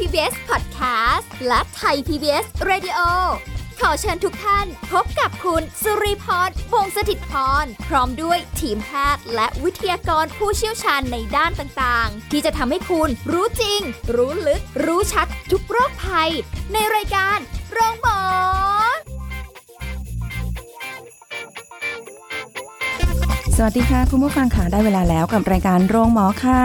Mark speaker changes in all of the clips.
Speaker 1: PBS Podcast และไทย PBS Radio ขอเชิญทุกท่าน พบกับคุณสุริพรวงศสถิตพร พร้อมด้วยทีมแพทย์และวิทยากรผู้เชี่ยวชาญในด้านต่างๆ ที่จะทำให้คุณรู้จริง รู้ลึก รู้ชัดทุกโรคภัย ในรายการโรงพยาบาล
Speaker 2: สวัสดีค่ะ คุณผู้ฟังค่ะได้เวลาแล้วกับรายการโรงหมอค่ะ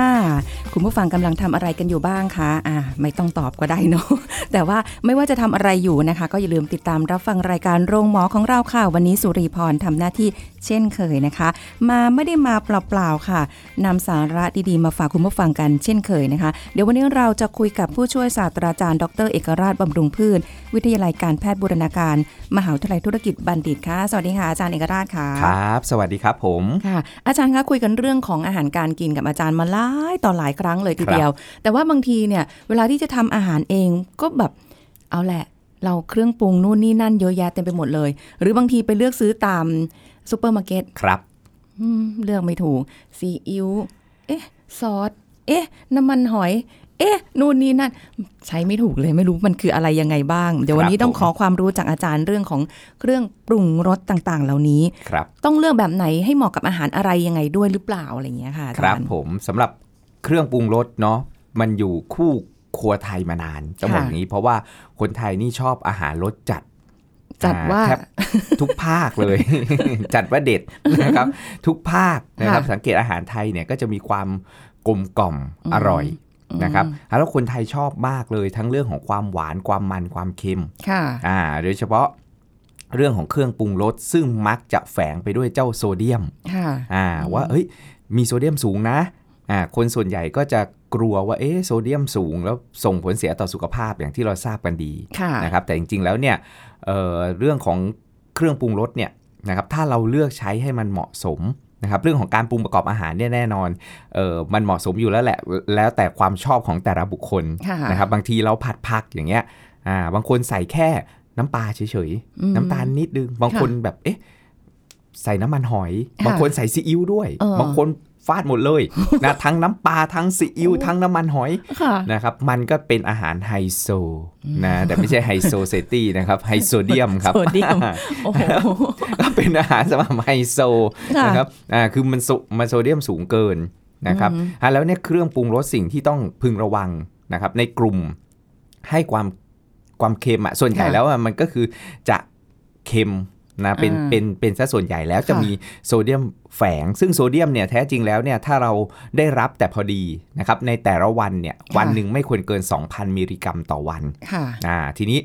Speaker 2: คุณผู้ฟังกำลังทำอะไรกันอยู่บ้างคะอ่าไม่ต้องตอบก็ได้เนาะ แต่ว่าไม่ว่าจะทำอะไรอยู่นะคะ ก็อย่าลืมติดตามรับฟังรายการโรงหมอของเราค่ะ วันนี้สุริพรทำหน้าที่เช่นเคยนะคะ มาไม่ได้มาเปล่าๆค่ะนำสาระดีๆมาฝากคุณผู้ฟังกันเช่นเคยนะคะ เดี๋ยววันนี้เราจะคุยกับผู้ช่วยศาสตราจารย์ดรเอกราชบำรุงพืช วิทยาลัยการแพทย์บูรณาการ มหาวิทยาลัยธุรกิจบัณฑิตค่ะสวัสดีค่ะอาจารย์เอกราชค่ะ
Speaker 3: ครับ สวัสดีครับผม
Speaker 2: ค่ะอาจารย์คะคุยกันเรื่องของอาหารการกินกับอาจารย์มาหลายต่อหลายครั้งเลยทีเดียว แต่ว่าบางทีเนี่ยเวลาที่จะทำอาหารเองก็แบบเอาแหละ เราเครื่องปรุงนู่นนี่นั่นเยอะแยะเต็มไปหมดเลย หรือบางทีไปเลือกซื้อตามซูเปอร์มาร์เก็ต
Speaker 3: ครับ
Speaker 2: อืมเลือกไม่ถูกซีอิ๊วเอ๊ะซอสเอ๊ะ น้ำมันหอย เอ๊ะนู่นนี่นั่นใช้ไม่ถูกเลยไม่รู้มันคืออะไรยังไงบ้าง เดี๋ยววันนี้
Speaker 3: ครับ
Speaker 2: ต้อง
Speaker 3: ผม
Speaker 2: ขอความรู้จากอาจารย์เรื่องของเครื่องปรุงรสต่างๆ เหล่านี้
Speaker 3: ครับ
Speaker 2: ต้องเลือกแบบไหนให้เหมาะกับอาหารอะไรยังไงด้วยหรือเปล่าอะไรอย่างเงี้ยค่ะอา
Speaker 3: ครั
Speaker 2: จา
Speaker 3: บ
Speaker 2: รย์
Speaker 3: ผมสำหรับเครื่องปรุงรสเนาะมันอยู่คู่ครัวไทยมานานต้องบ
Speaker 2: ค่ะ
Speaker 3: อกอย่างนี้ เพราะว่าคนไทยนี่ชอบอาหารรสจัด
Speaker 2: จัด
Speaker 3: อ่
Speaker 2: ว่า
Speaker 3: แทบทุกภาคเลย จัดว่าเด็ ดนะครับ ทุกภาคนะครับ
Speaker 2: ค่ะ
Speaker 3: สังเกตอาหารไทยเนี่ยก็จะมีความกลมกล่อม
Speaker 2: อืม
Speaker 3: อร่อย
Speaker 2: อืม
Speaker 3: นะครับแล้วคนไทยชอบมากเลยทั้งเรื่องของความหวานความมันความเค็ม
Speaker 2: ค่ะ
Speaker 3: อ่าโดยเฉพาะเรื่องของเครื่องปรุงรสซึ่งมักจะแฝงไปด้วยเจ้าโซเดียม
Speaker 2: ค่ะ
Speaker 3: อ่า
Speaker 2: อืม
Speaker 3: ว่าเฮ้ยมีโซเดียมสูงนะอ่าคนส่วนใหญ่ก็จะกลัวว่าเอ๊ะโซเดียมสูง แล้วส่งผลเสียต่อสุขภาพอย่างที่เราทราบกันดี
Speaker 2: ค่ะ
Speaker 3: นะครับแต่จริงๆแล้วเนี่ยเอ่อเรื่องของเครื่องปรุงรสเนี่ยนะครับถ้าเราเลือกใช้ให้มันเหมาะสมนะครับเรื่องของการปรุงประกอบอาหารเนี่ยแน่นอนเออมันเหมาะสมอยู่แล้วแหละแล้วแต่ความชอบของแต่ละบุคคล
Speaker 2: ค่ะ
Speaker 3: นะครับบางทีเราผัดผักอย่างเงี้ยอ่าบางคนใส่แค่น้ำปลาเฉยๆ
Speaker 2: อืม
Speaker 3: น้ำตาลนิดนึง บางคนแบบเอ๊ะใส่น้ำมันหอย
Speaker 2: ค่ะ
Speaker 3: บางคนใส่ซีอิ๊วด้วย
Speaker 2: เออ
Speaker 3: บางคนฟาดหมด เลยนะทั้งน้ำปลาทั้งซีอิ๊วทั้งน้ำมันหอย
Speaker 2: ค่ะ
Speaker 3: นะครับ มันก็เป็นอาหารไฮโซนะแต่ไม่ใช่ไฮโซเซตี้นะครับไฮโซเดียมครับ
Speaker 2: โซเดียม โอ้โห
Speaker 3: ก็ เป็นอาหารสำหรับไฮโซ
Speaker 2: ค่ะ
Speaker 3: นะครับอ่าคือมันโซมันโซเดียมสูงเกินนะครับ
Speaker 2: อืม
Speaker 3: อ่ะแล้วเนี่ยเครื่องปรุงรสสิ่งที่ต้องพึงระวังนะครับ ในกลุ่มให้ความความเค็มอะส่วนใหญ่แล้วอะมันก็คือจะเค็มนะเป็น
Speaker 2: อ่า
Speaker 3: เป็นเป็นซะส่วนใหญ่แล้วจะ
Speaker 2: ค่ะ
Speaker 3: มีโซเดียมแฝง ซึ่งโซเดียมเนี่ยแท้จริงแล้วเนี่ยถ้าเราได้รับแต่พอดีนะครับในแต่ละวันเนี่ยวันหนึ่งไม่ควรเกิน 2,000 มิลลิกรัมต่อวัน
Speaker 2: ค่ะ
Speaker 3: อ่าทีนี้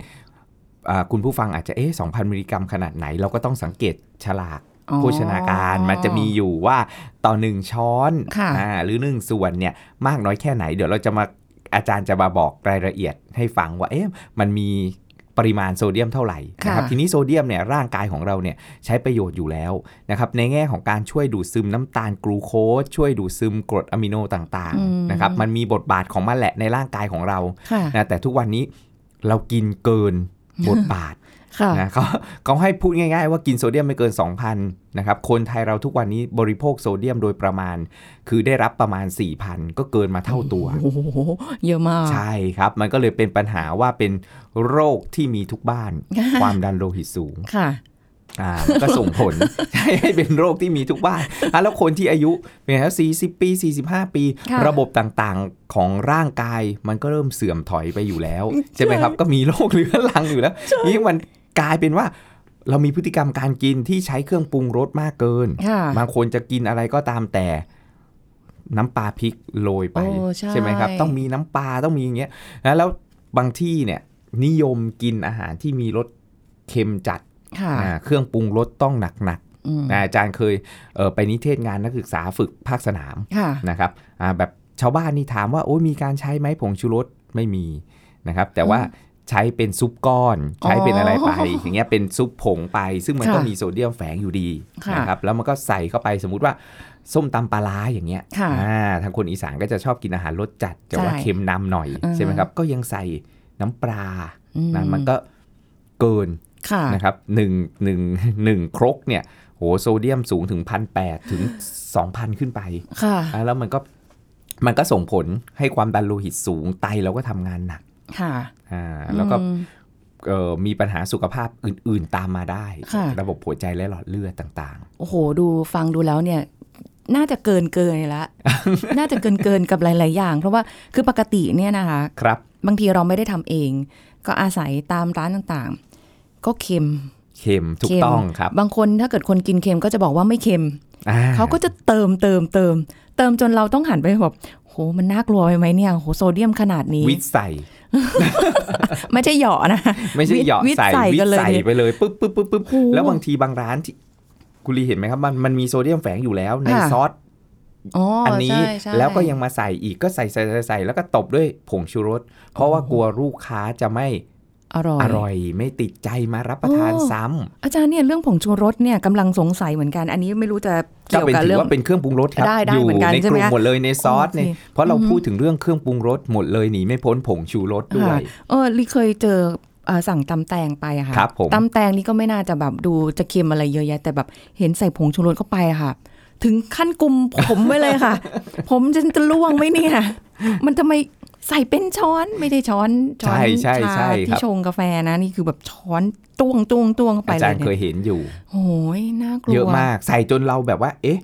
Speaker 3: อ่าคุณผู้ฟังอาจจะเอ๊ะ2,000 มิลลิกรัมขนาดไหน เราก็ต้องสังเกตฉลาก โภชนาการมันจะมีอยู่ว่าต่อหนึ่งช้อน
Speaker 2: ค่ะ
Speaker 3: อ่าหรือหนึ่งส่วนเนี่ยมากน้อยแค่ไหน เดี๋ยวเราจะมาอาจารย์จะมาบอกรายละเอียดให้ฟังว่าเอ๊ะมันมีปริมาณโซเดียมเท่าไหร่นะครับ
Speaker 2: ค่ะ
Speaker 3: ทีนี้โซเดียมเนี่ยร่างกายของเราเนี่ยใช้ประโยชน์อยู่แล้วนะครับในแง่ของการช่วยดูดซึมน้ำตาลกลูโคสช่วยดูดซึมกรดอะมิโนต่าง
Speaker 2: อืม
Speaker 3: ๆนะครับมันมีบทบาทของมันแหละในร่างกายของเรา
Speaker 2: ค่ะ
Speaker 3: นะแต่ทุกวันนี้เรากินเกินบทบาท
Speaker 2: ค่ะ
Speaker 3: นะ เขาเขาให้พูดง่ายๆว่ากินโซเดียมไม่เกิน 2,000นะครับคนไทยเราทุกวันนี้บริโภคโซเดียมโดยประมาณ คือได้รับประมาณ 4,000 ก็เกินมาเท่าตัว
Speaker 2: โอ้โห เยอะมาก
Speaker 3: ใช่ครับ มันก็เลยเป็นปัญหาว่าเป็นโรคที่มีทุก บ้าน
Speaker 2: ค่ะ
Speaker 3: ความดันโลหิตสูง
Speaker 2: ค่ะ
Speaker 3: อ่ามันก็ส่งผล ใช่ให้เป็นโรคที่มีทุกบ้านอ่ะแล้วคนที่อายุเป็นไงครับ40 ปี 45 ปี
Speaker 2: ค่ะ
Speaker 3: ระบบต่างๆของร่างกายมันก็เริ่มเสื่อมถอยไปอยู่แล้ว ใช่ไหมครับ ก็มีโรคเรื้อรังอยู่แล้ว นี่มันกลายเป็นว่า เรามีพฤติกรรมการกินที่ใช้เครื่องปรุงรสมากเกิน
Speaker 2: ค่ะ
Speaker 3: บางคนจะกินอะไรก็ตามแต่น้ำปลาพริกโรยไป
Speaker 2: โอ้ใช่
Speaker 3: ไหมครับ ต้องมีน้ำปลาต้องมีอย่างเงี้ยนะแล้วบางที่เนี่ยนิยมกินอาหารที่มีรสเค็มจัด
Speaker 2: ค่ะ
Speaker 3: อ่าเครื่องปรุงรสต้องหนัก
Speaker 2: อืม
Speaker 3: ๆนะอาจารย์เคยเอ่อไปนิเทศงานนักศึกษาฝึกภาคสนาม
Speaker 2: ค่ะ
Speaker 3: นะครับอ่าแบบชาวบ้านนี่ถามว่าโอ้ยมีการใช้ไหมผงชูรสไม่มีนะครับแต่ว่าใช้เป็นซุปก้อน
Speaker 2: อ๋อ
Speaker 3: ใช้เป็นอะไรไป อย่างเงี้ยเป็นซุปผงไป ซึ่งมัน
Speaker 2: ค่ะ
Speaker 3: ก็มีโซเดียมแฝงอยู่ดี
Speaker 2: ค่ะ
Speaker 3: นะครับแล้วมันก็ใส่เข้าไปสมมุติว่าส้มตำปลาร้าอย่างเงี้ย
Speaker 2: ค่ะ
Speaker 3: อ่าทางคนอีสานก็จะชอบกินอาหารรสจัดจะว่า
Speaker 2: ใช่
Speaker 3: เค็มนำหน่อย
Speaker 2: อือฮึ
Speaker 3: ใช่ไหมครับก็ยังใส่น้ำปลา
Speaker 2: อื
Speaker 3: นะมันก็เกิน
Speaker 2: ค่ะ
Speaker 3: นะครับหนึ่งหนึ่งหนึ่งครกเนี่ยโหโซเดียมสูงถึงพันแปดถึงสองพันขึ้นไป
Speaker 2: ค่ะ
Speaker 3: อ่ะแล้วมันก็มันก็ส่งผลให้ความดันโลหิตสูงไตเราก็ทำงานหนัก
Speaker 2: ค่ะ
Speaker 3: อ่าแล้วก็
Speaker 2: อืม
Speaker 3: เอ่อมีปัญหาสุขภาพอื่น ๆ ตามมาได้
Speaker 2: ค่ะ
Speaker 3: ระบบหัวใจและหลอดเลือดต่าง
Speaker 2: โอ้โห ดูฟังดูแล้วเนี่ย น่าจะเกินเกินละ น่าจะเกินเกินกับหลาย ๆ อย่าง เพราะว่าคือปกติเนี่ยนะคะ
Speaker 3: ๆ ครับ
Speaker 2: บางทีเราไม่ได้ทำเอง ก็อาศัยตามร้านต่างๆ ก็เค็ม
Speaker 3: เค็มถูก
Speaker 2: เค็ม
Speaker 3: ต้องครับ
Speaker 2: บางคนถ้าเกิดคนกินเค็มก็จะบอกว่าไม่เค็ม
Speaker 3: อ่
Speaker 2: เขาก็จะเติมเติมเติม เติมจนเราต้องหันไปแบบโหมันน่ากลัวไปไหมเนี่ยโหโซเดียมขนาดนี้
Speaker 3: วิทย์ใส่
Speaker 2: ไม่ใช่เหยาะนะ
Speaker 3: ไม่ใช่
Speaker 2: วิ
Speaker 3: เหยาะ
Speaker 2: วิทย์
Speaker 3: ใส่
Speaker 2: ใส่
Speaker 3: วิท
Speaker 2: กัน
Speaker 3: ย์
Speaker 2: เลย
Speaker 3: ใส่
Speaker 2: เนี่ย
Speaker 3: ไปเลยปึ๊บปึ๊บปึ๊บปึ๊บ
Speaker 2: โอ้โห
Speaker 3: แล้วบางทีบางร้านที่คุณลีเห็นไหมครับ มันมันมีโซเดียมแฝงอยู่แล้วใน
Speaker 2: ค่ะ
Speaker 3: ซอส
Speaker 2: อ๋อ
Speaker 3: อั
Speaker 2: อั
Speaker 3: นนี้
Speaker 2: ใช่
Speaker 3: แล้วก็ยังมาใส่อีกก็ใส่ใส่ใส่ใส่แล้วก็ตบด้วยผงชูรส เพราะว่ากลัวลูกค้าจะไม่
Speaker 2: อร่อย
Speaker 3: อร่อย ไม่ติดใจมารับประทาน
Speaker 2: โอ้
Speaker 3: ซ้ำ
Speaker 2: อาจารย์เนี่ยเรื่องผงชูรสเนี่ยกำลังสงสัยเหมือนกัน อันนี้ไม่รู้จะ
Speaker 3: ก็
Speaker 2: เกี่ยว
Speaker 3: เป็น
Speaker 2: กับ
Speaker 3: ถื
Speaker 2: เรื่
Speaker 3: อ
Speaker 2: อง
Speaker 3: ว่าเป็นเครื่องปรุงรสครับ
Speaker 2: ได้ได้
Speaker 3: อยู่
Speaker 2: เหมือนกัน
Speaker 3: ใน
Speaker 2: ใช่
Speaker 3: ก
Speaker 2: ไหม
Speaker 3: ลุ่มหมดเลยในซอสเนี่ย
Speaker 2: โอเค
Speaker 3: เพราะเรา
Speaker 2: อืม
Speaker 3: พูดถึงเรื่องเครื่องปรุงรสหมดเลยหนีไม่พ้นผงชูรสด้วย
Speaker 2: เออลิเคยเจอเอ่อสั่งตำแตงไปอะค่ะ
Speaker 3: ครับผม
Speaker 2: ตำแตงนี่ก็ไม่น่าจะแบบดูจะเค็มอะไรเยอะแยะ แต่แบบเห็นใส่ผงชูรสเข้าไปอะค่ะ ถึงขั้นกลุมผมไว้เลยค่ะ ผมจะจะล่วงไหมเนี่ย มันทำไมใส่เป็นช้อนไม่ได้ช้อนช้อน
Speaker 3: ใช่ใช่ใช่
Speaker 2: า
Speaker 3: ครั
Speaker 2: ที่
Speaker 3: บ
Speaker 2: ชงกาแฟนะนี่คือแบบช้อนจ้วงจ้วงจ้วงเข้าไป
Speaker 3: อา
Speaker 2: เล
Speaker 3: จาร
Speaker 2: ย
Speaker 3: ย์
Speaker 2: เนี่
Speaker 3: เคย
Speaker 2: ย
Speaker 3: เห็นอยู่
Speaker 2: โอ้ยน่ากลัว
Speaker 3: เยอะมากใส่จนเราแบบว่า เอ๊ะ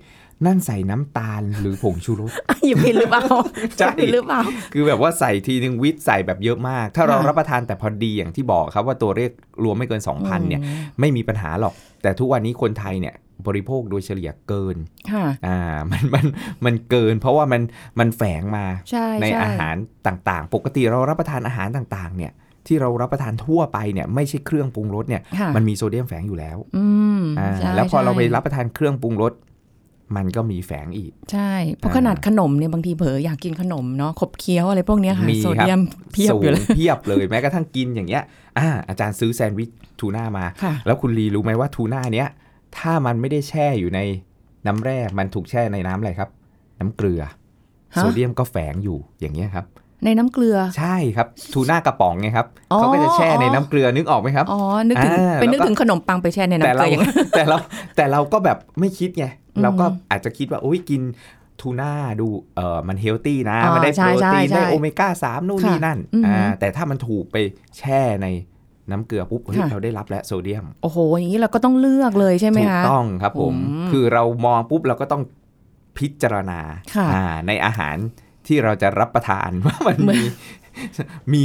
Speaker 3: นั่นใส่น้ำตาลหรือผงชูรส
Speaker 2: อ่ะหยิบผิดหรือเปล่า
Speaker 3: ใช่
Speaker 2: หยิบผิดหรือเปล่า
Speaker 3: คือแบบว่าใส่ทีนึงวิตใส่แบบเยอะมาก ถ้าเรา
Speaker 2: ค่ะ
Speaker 3: รับประทานแต่พอดีอย่างที่บอกครับว่าตัวเลขรวมไม่เกิน 2,000เนี่ย
Speaker 2: อืม
Speaker 3: ไม่มีปัญหาหรอก แต่ทุกวันนี้คนไทยเนี่ยบริโภคโดยเฉลี่ยเกิน
Speaker 2: ค่ะ
Speaker 3: อ่า มันมันมันเกิน เพราะว่ามันมันแฝงมา
Speaker 2: ใช่
Speaker 3: ใน
Speaker 2: ช่
Speaker 3: อาหารต่างๆ ปกติเรารับประทานอาหารต่างๆเนี่ยที่เรารับประทานทั่วไปเนี่ยไม่ใช่เครื่องปรุงรสเนี่ย
Speaker 2: ค่ะ
Speaker 3: มันมีโซเดียมแฝงอยู่แล้ว
Speaker 2: อืม
Speaker 3: อ่า
Speaker 2: ใช่
Speaker 3: แล้วพอเราไป
Speaker 2: ใช่
Speaker 3: รับประทานเครื่องปรุงรสมันก็มีแฝงอีก
Speaker 2: ใช่เพราะ
Speaker 3: อ่า
Speaker 2: ขนาดขนมเนี่ยบางทีเผลออยากกินขนมเนาะขบเคี้ยวอะไรพวกเนี้ยค่ะ
Speaker 3: มี
Speaker 2: โซ
Speaker 3: ครับ
Speaker 2: เดียมเพียบ
Speaker 3: สูง
Speaker 2: อยู่เลย
Speaker 3: เพียบเลยแม้กระทั่งกินอย่างเงี้ยอ่าอาจารย์ซื้อแซนด์วิชทูน่ามา
Speaker 2: ค่ะ
Speaker 3: แล้วคุณลีรู้ไหมว่าทูน่าเนี้ยถ้ามันไม่ได้แช่อยู่ในน้ำแร่ มันถูกแช่ในน้ำอะไรครับ น้ำเกลือ
Speaker 2: ฮะ
Speaker 3: โซเดียมก็แฝงอยู่อย่างเงี้ยครับ
Speaker 2: ในน้ำเกลือ
Speaker 3: ใช่ครับทูน่ากระป๋องไงครับ
Speaker 2: อ๋อ
Speaker 3: เขาก็จะแช่ในน้ำเกลือนึกออกไหมครับ
Speaker 2: อ๋อนึกถึง
Speaker 3: อ่า
Speaker 2: เป็นนึก
Speaker 3: แล้วก็
Speaker 2: ถึงขนมปังไปแช่ใน
Speaker 3: แต่
Speaker 2: น้ำเกลื
Speaker 3: เรา
Speaker 2: ออย่างนั้น
Speaker 3: แต่เราแต่เราก็แบบไม่คิดไง
Speaker 2: อืม
Speaker 3: เราก็อาจจะคิดว่าโอ้ยกินทูน่าดูเออมันเฮลตี้นะ
Speaker 2: อ่ามั
Speaker 3: มันได้
Speaker 2: ใช่
Speaker 3: โปร
Speaker 2: ใช่
Speaker 3: ตีน
Speaker 2: ใช่
Speaker 3: ได้โอเมก้าสามนู่น
Speaker 2: ค่ะ
Speaker 3: นี่นั่น
Speaker 2: อืม
Speaker 3: อ่าแต่ถ้ามันถูกไปแช่ในน้ำเกลือปุ๊บเฮ้ย
Speaker 2: ค่ะ
Speaker 3: เราได้รับแล้วโซเดียม
Speaker 2: โอ้โหอย่างนี้เราก็ต้องเลือกเลยใช่ไหม
Speaker 3: ถูก
Speaker 2: คะ
Speaker 3: ต้องครับผม
Speaker 2: อืม
Speaker 3: คือเรามองปุ๊บเราก็ต้องพิจารณา
Speaker 2: ค่ะ
Speaker 3: อ่าในอาหารที่เราจะรับประทาน ว่ามัน
Speaker 2: เหมือน
Speaker 3: มีมี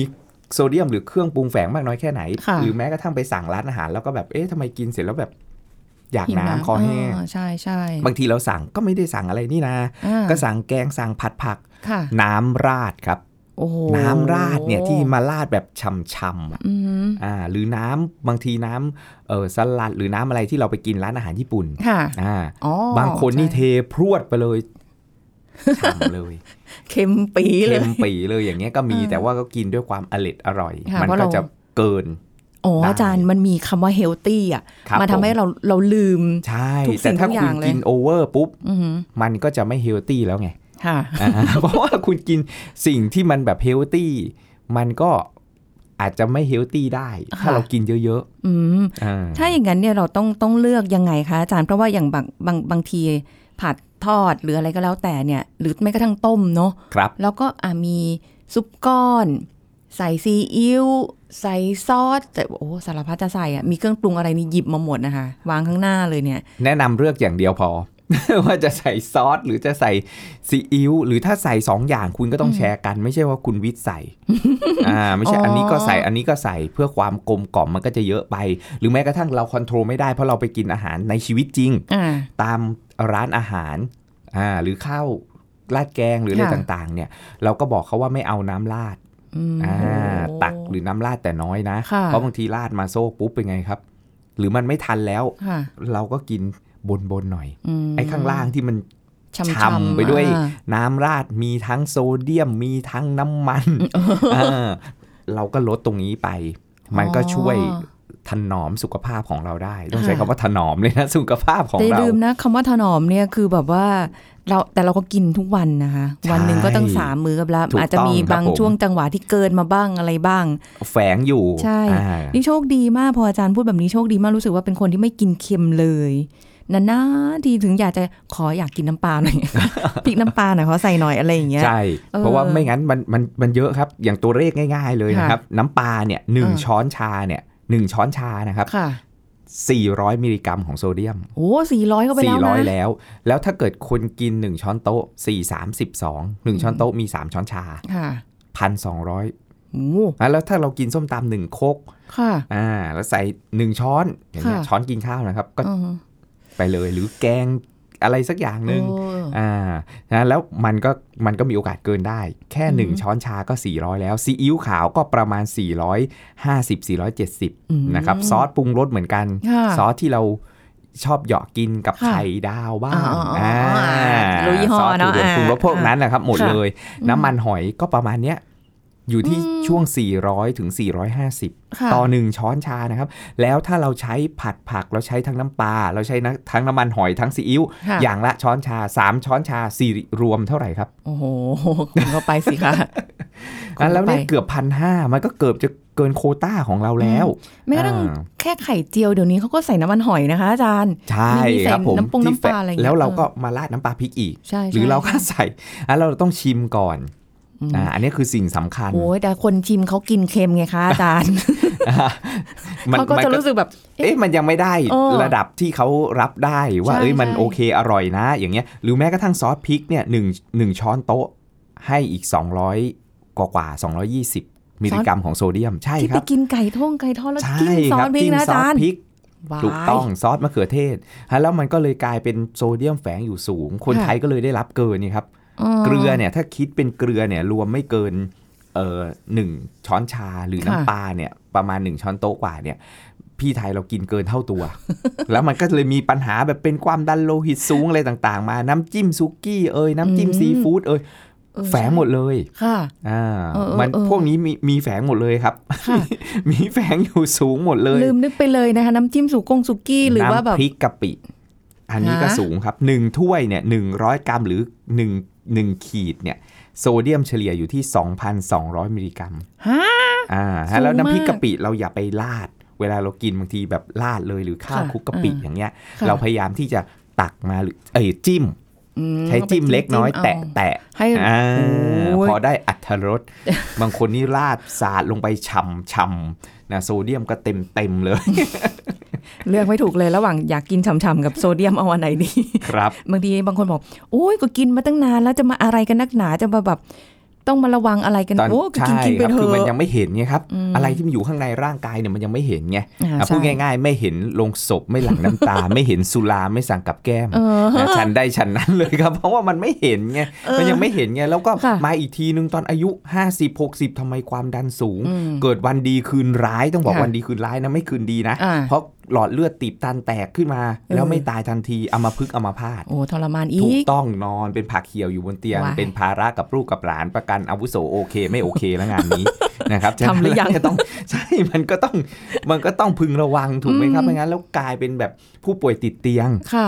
Speaker 3: โซเดียมหรือเครื่องปรุงแฝงมากน้อยแค่ไหน
Speaker 2: ค่ะ
Speaker 3: หรือแม้กระทั่งไปสั่งร้านอาหาร แล้วก็แบบเอ๊ะทำไมกินเสร็จแล้วแบบ อยาก
Speaker 2: หิว
Speaker 3: น้ำคอแห้ง
Speaker 2: าใช่ใช่
Speaker 3: บางทีเราสั่งก็ไม่ได้สั่งอะไรนี่นะ
Speaker 2: อ่า
Speaker 3: ก็สั่งแกงสั่งผัดผัก
Speaker 2: ค่ะ
Speaker 3: น้ำราดครับ
Speaker 2: โอ้โห
Speaker 3: น้ำราดเนี่ยที่มาราดแบบช่ำๆอะ
Speaker 2: อืม
Speaker 3: อ่าหรือน้ำบางทีน้ำเออสลัดหรือน้ำอะไรที่เราไปกินร้านอาหารญี่ปุ่น
Speaker 2: ค่ะ
Speaker 3: อ่า
Speaker 2: อ๋อบ
Speaker 3: างคนนี่
Speaker 2: ใช่
Speaker 3: เทพรวดไปเลยฉ่ำ เลย
Speaker 2: เค็มปีเล
Speaker 3: เค็
Speaker 2: ย
Speaker 3: มปีเลยอย่างเงี้ยก็มี
Speaker 2: เออ
Speaker 3: แต่ว่าก็กินด้วยความอร่อยอร่อย
Speaker 2: ค่ะ
Speaker 3: มัน
Speaker 2: เพราะ
Speaker 3: ก็
Speaker 2: เรา
Speaker 3: จะเกิน
Speaker 2: อ๋อ
Speaker 3: ได้
Speaker 2: อาจารย์มันมีคำว่าเฮลตี้อ่ะ
Speaker 3: ครับ
Speaker 2: มาทำให้
Speaker 3: ผ
Speaker 2: เราเราลืม
Speaker 3: ใช่
Speaker 2: ทุกสิ่
Speaker 3: แต่
Speaker 2: ง
Speaker 3: ถ้า
Speaker 2: ทุกอ
Speaker 3: คุ
Speaker 2: ย่า
Speaker 3: ณ
Speaker 2: งเลย
Speaker 3: กินโอเวอร์ปุ๊บ
Speaker 2: อือหือ
Speaker 3: มันก็จะไม่เฮลตี้แล้วไง
Speaker 2: ค่ะ
Speaker 3: อ่า เพราะว่าคุณกินสิ่งที่มันแบบเฮลตี้มันก็อาจจะไม่เฮลตี้ได้ ถ้า
Speaker 2: ค่ะ
Speaker 3: เรากินเยอะ
Speaker 2: อืม
Speaker 3: ๆอ่า
Speaker 2: ถ้าอย่างนั้นเนี่ยเราต้องต้องเลือกยังไงคะอาจารย์เพราะว่าอย่างบางบางบางทีผัดทอดหรืออะไรก็แล้วแต่เนี่ย หรือแม้กระทั่งต้มเนาะ
Speaker 3: ครับ
Speaker 2: แล้วก็อ่ะมีซุปก้อน ใส่ซีอิ๊วใส่ซอสแต่โอ้สารพัดจะใส่อ่ะมีเครื่องปรุงอะไรนี่หยิบมาหมดนะคะ วางข้างหน้าเลยเนี่ย
Speaker 3: แนะนำเลือกอย่างเดียวพอ ว่าจะใส่ซอสหรือจะใส่ซีอิ๊วหรือถ้าใส่สองอย่างคุณก็ต้องแชร์กัน ไม่ใช่ว่าคุณวิทย์ ใส่ อ่าไม่ใช่
Speaker 2: อ๋ออั
Speaker 3: อันนี้ก็ใส่อันนี้ก็ใส่เพื่อความกลมกล่อมมันก็จะเยอะไป หรือแม้กระทั่งเราคอนโทรลไม่ได้เพราะเราไปกินอาหารในชีวิตจริง
Speaker 2: อ่า
Speaker 3: ตามร้านอาหารอ่าหรือข้าวราดแกงหรืออะไร
Speaker 2: ค่ะ
Speaker 3: ต่างๆ เนี่ย เราก็บอกเขาว่าไม่เอาน้ำราด
Speaker 2: อืม
Speaker 3: อ่า
Speaker 2: โอ้โห
Speaker 3: ตักหรือน้ำราดแต่น้อยนะ
Speaker 2: ค่ะ
Speaker 3: เพราะบางทีราดมาโซ่ปุ๊บเป็นไงครับ หรือมันไม่ทันแล้ว
Speaker 2: ค่ะ
Speaker 3: เราก็กินบนๆหน่อย
Speaker 2: ม
Speaker 3: ไอ้ข้างล่างที่มัน
Speaker 2: ช่ำ
Speaker 3: ช่ำ
Speaker 2: ๆ
Speaker 3: ไปด้วย
Speaker 2: อ่า
Speaker 3: น้ำราดมีทั้งโซเดียมมีทั้งน้ำมันเออเราก็ลดตรงนี้ไป มันก็ช่วยถนอมสุขภาพของเราได้ ต้องใช้คำว่าถนอมเลยนะ สุขภาพของ
Speaker 2: แต่อย่า
Speaker 3: เรา
Speaker 2: ลืมนะคำว่าถนอมเนี่ยคือแบบว่าเราแต่เราก็กินทุกวันนะคะ
Speaker 3: ใช่
Speaker 2: วันหนึ่งก็ตั้งสามมื้อกับละ
Speaker 3: ถูก
Speaker 2: อาจจะมี
Speaker 3: ต้องครับ
Speaker 2: บาง
Speaker 3: ผม
Speaker 2: ช่วงจังหวะที่เกินมาบ้างอะไรบ้าง
Speaker 3: แฝงอยู่
Speaker 2: ใช่
Speaker 3: อ่า
Speaker 2: นี่โชคดีมากพออาจารย์พูดแบบนี้โชคดีมากรู้สึกว่าเป็นคนที่ไม่กินเค็มเลย นานๆทีถึงอยากจะขออยากกินน้ำปลาหน่อย พริกน้ำปลาหน่อยขอใส่หน่อยอะไรอย่างเงี้ย
Speaker 3: ใช่
Speaker 2: เออ
Speaker 3: เพราะว่าไม่งั้นมันมันมันเยอะครับ อย่างตัวเลขง่ายๆเลยนะครับ น้ำปลาเนี่ยหนึ่ง
Speaker 2: เออ
Speaker 3: ช้อนชาเนี่ยหนึ่งช้อนชานะครับ
Speaker 2: ค่ะ
Speaker 3: 400 มิลลิกรัมของโซเดียม
Speaker 2: โอ้สี่ร้อยเข้าไปแล้วนะ
Speaker 3: 400 แล้ว แล้วถ้าเกิดคนกิน 1 ช้อนโต๊ะ 4 3 12 1ช้อนโต๊ะมี 3 ช้อนชา
Speaker 2: ค่ะ
Speaker 3: 1,200
Speaker 2: โอ้
Speaker 3: อ่ะแล้วถ้าเรากินส้มตำหนึ่งโคก
Speaker 2: ค่ะ
Speaker 3: อ่าแล้วใส่ 1 ช้อนอย่างเงี้ย
Speaker 2: ค่ะ
Speaker 3: ช้อนกินข้าวนะครับ ก็
Speaker 2: อืม
Speaker 3: ไปเลยหรือแกงอะไรสักอย่างหนึ่ง
Speaker 2: โอ้
Speaker 3: อ่านะแล้วมันก็มันก็มีโอกาสเกินได้ แค่หนึ่ง
Speaker 2: อืม
Speaker 3: ช้อนชาก็ 400 แล้วซีอิ๊วขาวก็ประมาณ 450
Speaker 2: อืม
Speaker 3: 470นะครับซอสปรุงรสเหมือนกัน
Speaker 2: ค่ะ
Speaker 3: ซอสที่เราชอบเหยาะกินกับ
Speaker 2: ค่ะ
Speaker 3: ไข่ดาวบ้าง
Speaker 2: อ๋ออ๋ออ๋ออ่ารู้ยี่ห้อ
Speaker 3: ซอส
Speaker 2: เนอะ
Speaker 3: สูตรปรุงรส
Speaker 2: อ่า
Speaker 3: พวกนั้นนะครับหมด
Speaker 2: ค่ะ
Speaker 3: เลย น้ำมันหอยก็ประมาณเนี้ยอยู่ที่
Speaker 2: อืม
Speaker 3: ช่วง 400ถึง450
Speaker 2: ค่ะ
Speaker 3: ต่อหนึ่งช้อนชานะครับ แล้วถ้าเราใช้ผัดผักเราใช้ทั้งน้ำปลาเราใช้นะทั้งน้ำมันหอยทั้งซีอิ๊ว
Speaker 2: ค่ะ
Speaker 3: อย่างละช้อนชาสามช้อนชาสี่รวมเท่าไหร่ครับ
Speaker 2: โอ้โห คุณก็ไปสิคะคุณ
Speaker 3: อ่ะแล้วเนี่ย
Speaker 2: ก็ไป
Speaker 3: เกือบพันห้ามันก็เกือบจะเกินโควต้าของเราแล้ว
Speaker 2: แม้กระทั่ง
Speaker 3: อ่า
Speaker 2: แค่ไข่เจียวเดี๋ยวนี้เขาก็ใส่น้ำมันหอยนะคะอาจารย์
Speaker 3: ใช่
Speaker 2: มีใส่
Speaker 3: ครับผม
Speaker 2: น้ำปรุง
Speaker 3: ที่
Speaker 2: น้ำปลาอะไรอย่างเงี้ย
Speaker 3: แล้วเราก็มาราดน้ำปลาพริกอีก
Speaker 2: ใช่
Speaker 3: หรือ
Speaker 2: ใช่
Speaker 3: เราก็ใส่อ่ะเราต้องชิมก่อนอ่าอันนี้คือสิ่งสำคัญ
Speaker 2: โอ้ยแต่คนชิมเขากินเค็มไงคะอาจารย์
Speaker 3: มัน
Speaker 2: เขาก็
Speaker 3: มัน
Speaker 2: จะ
Speaker 3: ก็
Speaker 2: รู้สึกแบบ
Speaker 3: เอ๊ะมันยังไม่ได้
Speaker 2: เออ
Speaker 3: ระดับที่เขารับได้ว่า
Speaker 2: ใช่
Speaker 3: เอ้ยมัน
Speaker 2: ใช่
Speaker 3: โอเคอร่อยนะ อย่างเงี้ยหรือแม้กระทั่งซอสพริกเนี่ยหนึ่งหนึ่งช้อนโต๊ะให้อีก 200 กว่ากว่า 220 มิลลิกรัมของโซเดียมใช่
Speaker 2: ที่
Speaker 3: ค
Speaker 2: ไป
Speaker 3: รับ
Speaker 2: กินไก่ท่งไก่ทอดแล้ว
Speaker 3: ใช่
Speaker 2: จิ้มซอ
Speaker 3: ครั
Speaker 2: สพริก
Speaker 3: จิ้ม
Speaker 2: นะอา
Speaker 3: ซอ
Speaker 2: จา
Speaker 3: ส
Speaker 2: รย์
Speaker 3: พริก
Speaker 2: ว้าย
Speaker 3: ถูกต้องซอสมะเขือเทศฮะแล้วมันก็เลยกลายเป็นโซเดียมแฝงอยู่สูง คน
Speaker 2: ค่ะ
Speaker 3: ไทยก็เลยได้รับเกินนี่ครับ
Speaker 2: ม
Speaker 3: เกลือเนี่ยถ้าคิดเป็นเกลือเนี่ยรวมไม่เกินเอ่อหนึ่งช้อนชาหรือ
Speaker 2: ค่ะ
Speaker 3: น้ำปลาเนี่ยประมาณหนึ่งช้อนโต๊ะกว่าเนี่ยพี่ไทยเรากินเกินเท่า ตัว แล้วมันก็เลยมีปัญหาแบบเป็นความดันโลหิตสูงอะไรต่างๆ มาน้ำจิ้มซุกี้เอ่ยน้ำจิ้มซีฟู้ดเอ่ย
Speaker 2: เออ
Speaker 3: แฝงหมดเลย
Speaker 2: ค่ะ
Speaker 3: อ่า
Speaker 2: เออเออ
Speaker 3: มัน
Speaker 2: เออ
Speaker 3: พวกนี้มีมีแฝงหมดเลยครับ
Speaker 2: ค่ะ
Speaker 3: มีแฝงอยู่สูงหมดเลย
Speaker 2: ลืมนึกไปเลยนะคะน้ำจิ้มสุกงสุกี้หรือว่าแบบ
Speaker 3: น้ำพริกกะปิ อันนี้ก็
Speaker 2: ฮะ
Speaker 3: สูงครับหนึ่งถ้วยเนี่ยหนึ่งร้อยกรัมหรือหนึ่งหนึ่งขีดเนี่ยโซเดียมเฉลี่ยอยู่ที่ 2,200 มิลลิกรัม
Speaker 2: ฮะ
Speaker 3: อ่า
Speaker 2: สูง
Speaker 3: แล้วน้ำพริก
Speaker 2: มาก
Speaker 3: กะปิเราอย่าไปราด เวลาเรากินบางทีแบบราดเลยหรือข้าว
Speaker 2: ค่ะ
Speaker 3: คลุกกะปิ
Speaker 2: อ่า
Speaker 3: อย่างเงี้ย
Speaker 2: ค่ะ
Speaker 3: เราพยายามที่จะตักมาหรือเอ้ยจิ้ม
Speaker 2: อื
Speaker 3: ใช้จิ้มเล็กน้อย
Speaker 2: าไป
Speaker 3: แตะ
Speaker 2: จิ้ม
Speaker 3: แตะ
Speaker 2: เอาให้
Speaker 3: อ่า
Speaker 2: โอ้ย
Speaker 3: พอได้อัตรถรสบางคนนี่ราดสาดลงไปฉ่ำฉ่ำนะโซเดียมก็เต็มเต็มๆเลย
Speaker 2: เลือกไม่ถูกเลยระหว่างอยากกินฉ่ำๆกับโซเดียมเอาอันไหนดี
Speaker 3: ครับ
Speaker 2: บางทีบางคนบอกโอ้ยก็กินมาตั้งนานแล้วจะมาอะไรกันนักหนาจะมาแบบ ต้องมาระวังอะไรกัน
Speaker 3: ตอน
Speaker 2: โอ้ก็กิน
Speaker 3: ใช่
Speaker 2: กินไป
Speaker 3: ครับ
Speaker 2: เถ
Speaker 3: คือมันยั
Speaker 2: อะ
Speaker 3: งไม่เห็นไงครับ
Speaker 2: อืม
Speaker 3: อะไรที่มันอยู่ข้างในร่างกายเนี่ยมันยังไม่เห็นไง
Speaker 2: อ่า
Speaker 3: อ่ะ
Speaker 2: ใช่
Speaker 3: พูดง่าย ๆ ไม่เห็นลงศพไม่หลั่งน้ำ ตา ไม่เห็นสุราไม่สั่งกับแก้ม
Speaker 2: เออ
Speaker 3: นะฉันได้ฉันนั้นเลยครับ เพราะว่ามันไม่เห็นไง
Speaker 2: เออ
Speaker 3: มันยังไม่เห็นไงแล้วก็
Speaker 2: ค่ะ
Speaker 3: มาอีกทีนึงตอนอายุ 50 60ทำไมความดันสูง
Speaker 2: อืม
Speaker 3: เกิดวันดีคืนร้ายต้องบอก
Speaker 2: ค่ะ
Speaker 3: วันดีคืนร้ายนะไม่คืนดีนะ
Speaker 2: อ่า
Speaker 3: เพราะหลอดเลือดตีบตันแตกขึ้นมา
Speaker 2: เออ
Speaker 3: แล้วไม่ตายทันทีอามาพึกษ์อามาพาต
Speaker 2: โอ้ทรมานอี
Speaker 3: ถูก
Speaker 2: ก
Speaker 3: ต้องนอนเป็นผักเขียวอยู่บนเตียง
Speaker 2: ว้าย
Speaker 3: เป็นภาระกับลูกกับหลานประกันอาวุโสโอเค ไม่โอเคแล้วงานนี้ นะครับฉะนั้น
Speaker 2: ทำหรือยัง
Speaker 3: ก็ต้อง ใช่มันก็ต้องมันก็ต้องพึงระวังถูกไหมครับไม่งั้นแล้วกลายเป็นแบบผู้ป่วยติดเตียง
Speaker 2: ค่ะ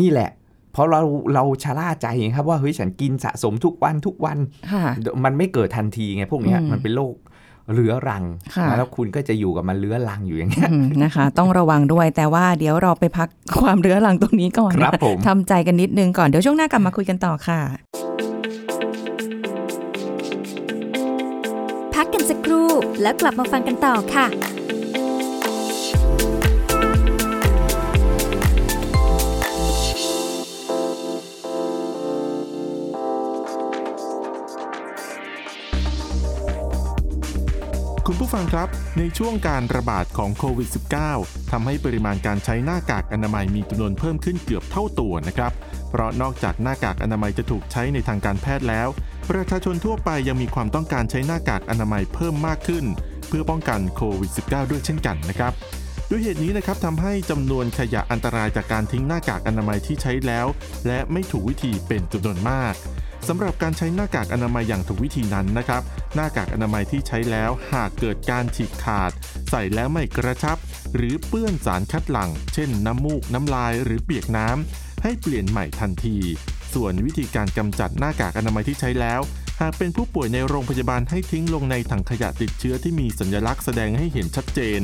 Speaker 3: นี่แหละ เพราะเราเราชะล่าใจไงครับว่าเฮ้ยฉันกินสะสมทุกวันทุกวัน
Speaker 2: ค่ะ
Speaker 3: มันไม่เกิดทันทีไงพวกเนี้ย
Speaker 2: อืม
Speaker 3: มันเป็นโรคเรื้อรัง
Speaker 2: ค่ะ
Speaker 3: แล้วคุณก็จะอยู่กับมันเรื้อรังอยู่อย่างเงี้ย
Speaker 2: อืมนะคะ ต้องระวังด้วยแต่ว่าเดี๋ยวเราไปพักความเรื้อรังตรงนี้ก่อน
Speaker 3: ครั
Speaker 2: นะ
Speaker 3: บผม
Speaker 2: ทำใจกันนิดนึงก่อนเดี๋ยวช่วงหน้ากลับมาคุยกันต่อค่ะ
Speaker 1: พักกันสักครู่แล้วกลับมาฟังกันต่อค่ะ
Speaker 4: คุณผู้ฟังครับ ในช่วงการระบาดของโควิด -19 ทำให้ปริมาณการใช้หน้ากากอนามัยมีจำนวนเพิ่มขึ้นเกือบเท่าตัวนะครับ เพราะนอกจากหน้ากากอนามัยจะถูกใช้ในทางการแพทย์แล้ว ประชาชนทั่วไปยังมีความต้องการใช้หน้ากากอนามัยเพิ่มมากขึ้น เพื่อป้องกันโควิด -19 ด้วยเช่นกันนะครับ ด้วยเหตุนี้นะครับทำให้จำนวนขยะอันตรายจากการทิ้งหน้ากากอนามัยที่ใช้แล้ว และไม่ถูกวิธีเป็นจำนวนมาก สำหรับการใช้หน้ากากอนามัยอย่างถูกวิธีนั้นนะครับ หน้ากากอนามัยที่ใช้แล้วหากเกิดการฉีกขาด ใส่แล้วไม่กระชับ หรือเปื้อนสารคัดหลั่ง เช่นน้ำมูก น้ำลายหรือเปียกน้ำให้เปลี่ยนใหม่ทันที ส่วนวิธีการกำจัดหน้ากากอนามัยที่ใช้แล้ว หากเป็นผู้ป่วยในโรงพยาบาลให้ทิ้งลงในถังขยะติดเชื้อที่มีสัญลักษณ์แสดงให้เห็นชัดเจน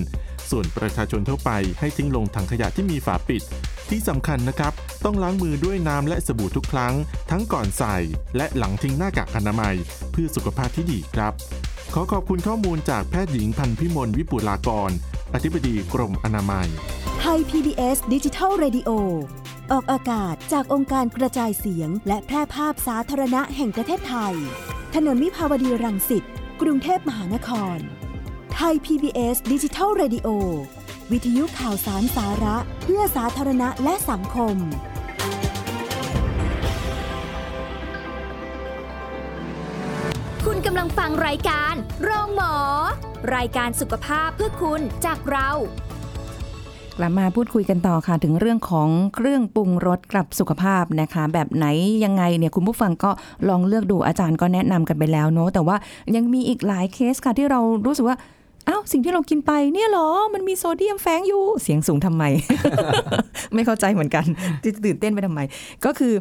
Speaker 4: ส่วนประชาชนทั่วไปให้ทิ้งลงถังขยะที่มีฝาปิด ที่สำคัญนะครับ ต้องล้างมือด้วยน้ำและสบู่ทุกครั้ง ทั้งก่อนใส่และหลังทิ้งหน้ากากอนามัย เพื่อสุขภาพที่ดีครับ ขอขอบคุณข้อมูลจากแพทย์หญิงพันธุ์พิมลวิปุลากร อธิบดีกรมอนามัย
Speaker 5: ไทย PBS ดิจิทัล Radio ออกอากาศจากองค์การกระจายเสียง และแพร่ภาพสาธารณะแห่งประเทศไทย ถนนวิภาวดีรังสิต กรุงเทพมหานคร ไทย PBS ดิจิทัล Radio วิทยุข่าวสารสาระเพื่อสาธารณะและสังคม
Speaker 1: คุณกำลังฟังรายการโรงหมอ รายการสุขภาพเพื่อคุณจากเรา
Speaker 2: กลับมาพูดคุยกันต่อค่ะถึงเรื่องของเครื่องปรุงรสกับสุขภาพนะคะ แบบไหนยังไงเนี่ยคุณผู้ฟังก็ลองเลือกดูอาจารย์ก็แนะนำกันไปแล้วเนอะแต่ว่ายังมีอีกหลายเคสค่ะที่เรารู้สึกว่าอ้าวสิ่งที่เรากินไปเนี่ยเหรอมันมีโซเดียมแฝงอยู่เสียงสูงทำไม ไม่เข้าใจเหมือนกันจะตื่นเต้นไปทำไม ก็คือ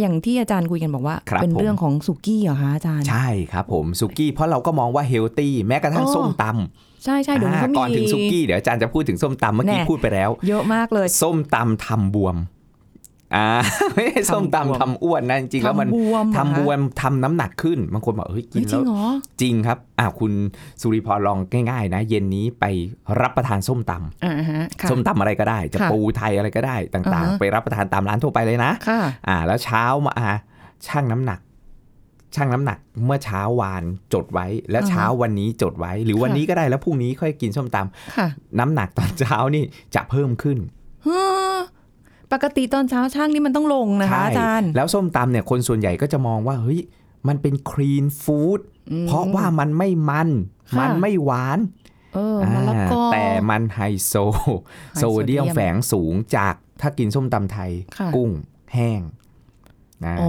Speaker 2: อย่างที่อาจารย์คุยกันบอกว่า
Speaker 3: ครับ
Speaker 2: เป็น
Speaker 3: ผม
Speaker 2: เรื่องของสุกี้เหรอคะอาจารย์
Speaker 3: ใช่ครับผมสุกี้เพราะเราก็มองว่าเฮลตี้แม้กระทั่ง
Speaker 2: โอ้
Speaker 3: ส้มต
Speaker 2: ใช่ใช่
Speaker 3: ำ
Speaker 2: เดี๋ยวนี้
Speaker 3: อ่า
Speaker 2: เขามี
Speaker 3: ก่อนถึงสุกี้เดี๋ยวอาจารย์จะพูดถึงส้มตำเมื่อกี้
Speaker 2: แน่
Speaker 3: พูดไปแล้ว
Speaker 2: เยอะมากเลย
Speaker 3: ส้มตำทำบวมอ่า ไม่ใช่ส้ม
Speaker 2: ทำบวม
Speaker 3: ตำทำอ้วนนะจริงๆแล้วมัน
Speaker 2: บวมเหรอ
Speaker 3: ทำบว
Speaker 2: คะ
Speaker 3: มทำน้ำหนักขึ้นบางคนบอกเฮ้ยกิ
Speaker 2: เฮ้
Speaker 3: น
Speaker 2: ยจริ
Speaker 3: แล้ว
Speaker 2: งเหรอ
Speaker 3: จริงครับอ่าคุณสุริพรลองง่ายๆนะ เย็นนี้ไปรับประทานส้มตำ
Speaker 2: อ่าฮะค่ะ
Speaker 3: ส้มตำอะไรก็ได้ จะ
Speaker 2: ค่ะ
Speaker 3: ปูไทยอะไรก็ได้ต่าง
Speaker 2: อ่าฮะ
Speaker 3: ๆ ไปรับประทานตามร้านทั่วไปเลยนะ
Speaker 2: ค่ะ
Speaker 3: อ่า แล้วเช้ามาอ่าช่างน้ำหนักช่างน้ำหนักเมื่อเช้าวานจดไว้ และ
Speaker 2: อ่าฮะ
Speaker 3: เช้าวันนี้จดไว้ หรือวัน
Speaker 2: ค่ะ
Speaker 3: นี้ก็ได้แล้วพรุ่งนี้ค่อยกินส้มต
Speaker 2: ค่ะ
Speaker 3: ำน้ำหนักตอนเช้านี่จะเพิ่มขึ้น
Speaker 2: ฮะ ปกติตอนเช้าช่างนี่มันต้องลงนะคะ
Speaker 3: ใช่
Speaker 2: อาจารย์
Speaker 3: แล้วส้มตำเนี่ยคนส่วนใหญ่ก็จะมองว่าเฮ้ยมันเป็นครีนฟู้ด
Speaker 2: อืม
Speaker 3: เพราะว่ามันไม่มัน
Speaker 2: ค่ะ
Speaker 3: มันไม่หวาน
Speaker 2: เออมะละกอ
Speaker 3: อ่าแต่มันไฮโซ
Speaker 2: ไฮโซ
Speaker 3: โซเดียม
Speaker 2: เดียม
Speaker 3: แฝงสูงจากถ้ากินส้มตำไทย
Speaker 2: ค่ะ
Speaker 3: กุ้งแห้งนะ
Speaker 2: อ๋อ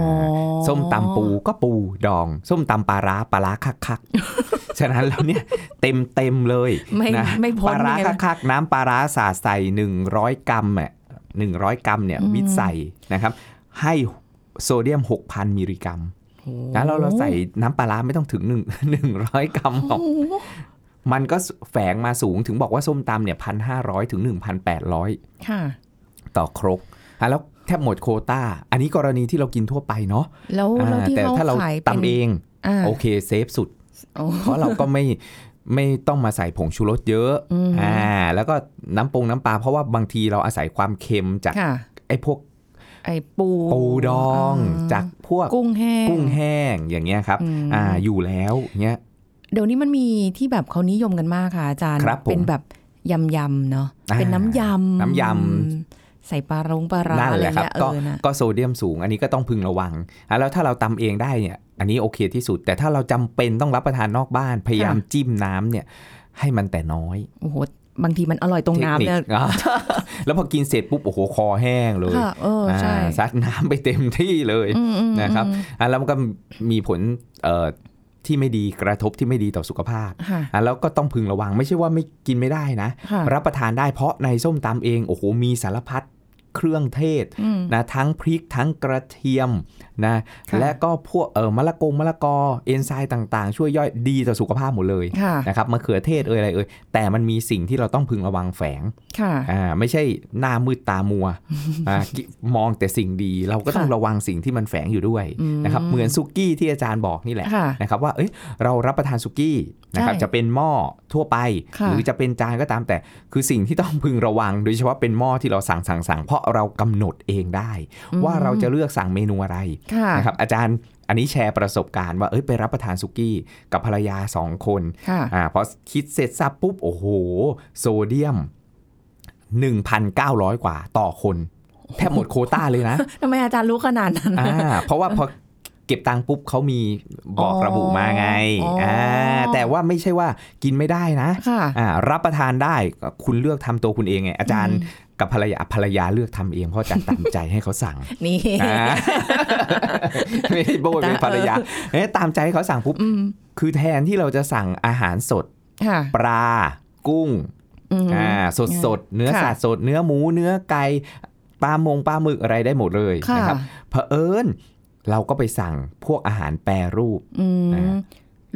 Speaker 3: ส้มตำปูก็ปูดอง ส้มตำปลาร้าปลาร้าคักคัก ๆ ฉะนั้นแล้วเนี่ยเต็มเต็มๆเลย
Speaker 2: ไม่
Speaker 3: นะ
Speaker 2: ไม่
Speaker 3: ป
Speaker 2: พ้น
Speaker 3: ลาร้า
Speaker 2: ไง
Speaker 3: คักคักๆน้ำปลาร้าสาดใส่หนึ่งร้อยกรัมอ่ะหนึ่งร้อยกรัมเนี่ย
Speaker 2: อืม
Speaker 3: วิตใส่นะครับ ให้โซเดียม 6,000มิลลิกรัมนะแล้วเราใส่น้ำปลาร้าไม่ต้องถึง1 100 กรัมหรอก
Speaker 2: โอ้โห
Speaker 3: มันก็แฝงมาสูงถึงบอกว่าส้มตำเนี่ยพันห้าร้อยถึงหนึ่งพันแปดร้อย
Speaker 2: ค่ะ
Speaker 3: ต่อครกอ่ะแล้วแทบหมดโควตา้า อันนี้กรณีที่เรากินทั่วไปเนาะ
Speaker 2: แล้วแล้ว
Speaker 3: อ่า
Speaker 2: ที่
Speaker 3: แต่
Speaker 2: เขา
Speaker 3: ถ้าเรา
Speaker 2: ขายเป็น
Speaker 3: ตำเอง
Speaker 2: อ่า
Speaker 3: โอเคเซฟสุด
Speaker 2: โอ้
Speaker 3: เพราะเราก็ไม่ ไม่ต้องมาใส่ผงชูรสเยอะ
Speaker 2: อืม
Speaker 3: แล้วก็น้ำปรุงน้ำปลาเพราะว่าบางทีเราอาศัยความเค็มจาก
Speaker 2: ค่ะ
Speaker 3: ไอ้พวก
Speaker 2: ไอ้ปู
Speaker 3: ปูดอง
Speaker 2: อ่
Speaker 3: จากพวก
Speaker 2: กุ้งแห้ง
Speaker 3: กุ้งแห้งอย่างเงี้ยครับ
Speaker 2: อืม
Speaker 3: อ่าอยู่แล้วเงี้ย
Speaker 2: เดี๋ยวนี้มันมีที่แบบเขานิยมกันมากค่ะอาจารย์
Speaker 3: ครับผม
Speaker 2: เป็นแบบยำยำๆเนาะ
Speaker 3: อ่า
Speaker 2: เป็นน้ำยำ
Speaker 3: น้ำย
Speaker 2: ใส่ปลาร้งปลาร้า
Speaker 3: นั่น
Speaker 2: อะไร
Speaker 3: แหละครับ
Speaker 2: เงี้ยเอ
Speaker 3: ก็
Speaker 2: อนะ
Speaker 3: ก็โซเดียมสูงอันนี้ก็ต้องพึงระวังอ่ะแล้วถ้าเราตำเองได้เนี่ยอันนี้โอเคที่สุด แต่ถ้าเราจำเป็นต้องรับประทานนอกบ้าน พยายามจิ้มน้ำเนี่ยให้มันแต่น้อย
Speaker 2: โอ้โหบางทีมันอร่อยตรงน้ำเนี่ย
Speaker 3: ทคค อ่ะ แล้วพอกินเสร็จปุ๊บโอ้โหคอแห้งเลย
Speaker 2: ค่ะเออใช่
Speaker 3: อ่าซัดน้ำไปเต็มที่เลย
Speaker 2: อืมอืม
Speaker 3: นะครับ
Speaker 2: อืม
Speaker 3: อ่ะแล้วมันก็มีผลเอ่อที่ไม่ดีกระทบที่ไม่ดีต่อสุขภาพ
Speaker 2: ค่ะ
Speaker 3: อ่ะแล้วก็ต้องพึงระวังไม่ใช่ว่าไม่กินไม่ได้นะ
Speaker 2: ค่ะ
Speaker 3: รับประทานได้เพราะในส้มตำเองโอ้โหมีสารพัดเครื่องเทศ
Speaker 2: อืม
Speaker 3: นะทั้งพริกทั้งกระเทียมนะ
Speaker 2: ค่ะ
Speaker 3: และก็พวกเออมะละกงมะละกอเอนไซม์ต่างๆ ช่วยย่อยดีต่อสุขภาพหมดเลย
Speaker 2: ค่ะ
Speaker 3: นะครับมะเขือเทศเอ่ยอะไรเอ่ยแต่มันมีสิ่งที่เราต้องพึงระวังแฝง
Speaker 2: ค่ะ
Speaker 3: อ่าไม่ใช่หน้ามืดตามั วอ่ากิมองแต่สิ่งดีเราก็ต้อง
Speaker 2: ค่ะ
Speaker 3: ระวังสิ่งที่มันแฝงอยู่ด้วย
Speaker 2: อืม
Speaker 3: นะครับเหมือนสุกี้ที่อาจารย์บอกนี่แหละ
Speaker 2: ค่ะ
Speaker 3: นะครับว่าเอ้ยเรารับประทานสุกี้นะครับ
Speaker 2: ใช่
Speaker 3: จะเป็นหม้อทั่วไป
Speaker 2: ค่ะ
Speaker 3: หรือจะเป็นจานก็ตามแต่คือสิ่งที่ต้องพึงระวัง โดยเฉพาะเป็นหม้อที่เราสั่งสั่งสั่งเพราะเรากำหนดเองได้ ว่าเราจะเลือกสั่งเมนูอะไร
Speaker 2: ค่ะ
Speaker 3: นะครับอาจารย์อันนี้แชร์ประสบการณ์ว่าเอ้ยไปรับประทานสุกี้กับภรรยาสองคน
Speaker 2: ค่ะ
Speaker 3: อ่าพอคิดเสร็จสับปุ๊บ โอ้โห โซเดียม 1,900 กว่าต่อคน แทบหมดโควต้าเลย นะ
Speaker 2: ทำไมอาจารย์รู้ขนาดนั้น
Speaker 3: อ่าเพราะว่าพอเก็บตังค์ปุ๊บเขามีบอก
Speaker 2: อ๋อ
Speaker 3: ระบุมาไง
Speaker 2: อ๋ออ่
Speaker 3: ่าแต่ว่าไม่ใช่ว่ากินไม่ได้นะ
Speaker 2: ค่ะ
Speaker 3: อ่ารับประทานได้ก็คุณเลือกทำตัวคุณเองไงอาจารย์
Speaker 2: อื
Speaker 3: กับภรรยาภรรยาเลือกทำเองเพราะอาจารย์ตามใจ ให้เขาสั่ง
Speaker 2: นี่
Speaker 3: อ่าไม่ได้โบยเป็นภรรยาเอ๊ะตามใจให้เขาสั่งปุ๊บ
Speaker 2: อืม
Speaker 3: คือแทนที่เราจะสั่งอาหารสด
Speaker 2: ค่ะ
Speaker 3: ปลากุ้ง
Speaker 2: อืม
Speaker 3: อ่าสดสดๆเนื้อ
Speaker 2: ค่ะ
Speaker 3: สัตว์สดเนื้อหมูเนื้อไก่ปลามงปลาหมึกอะไรได้หมดเลย
Speaker 2: ค่ะ
Speaker 3: นะครับเผอิญ เราก็ไปสั่งพวกอาหารแปรรูป
Speaker 2: อื
Speaker 3: อ่า
Speaker 2: ม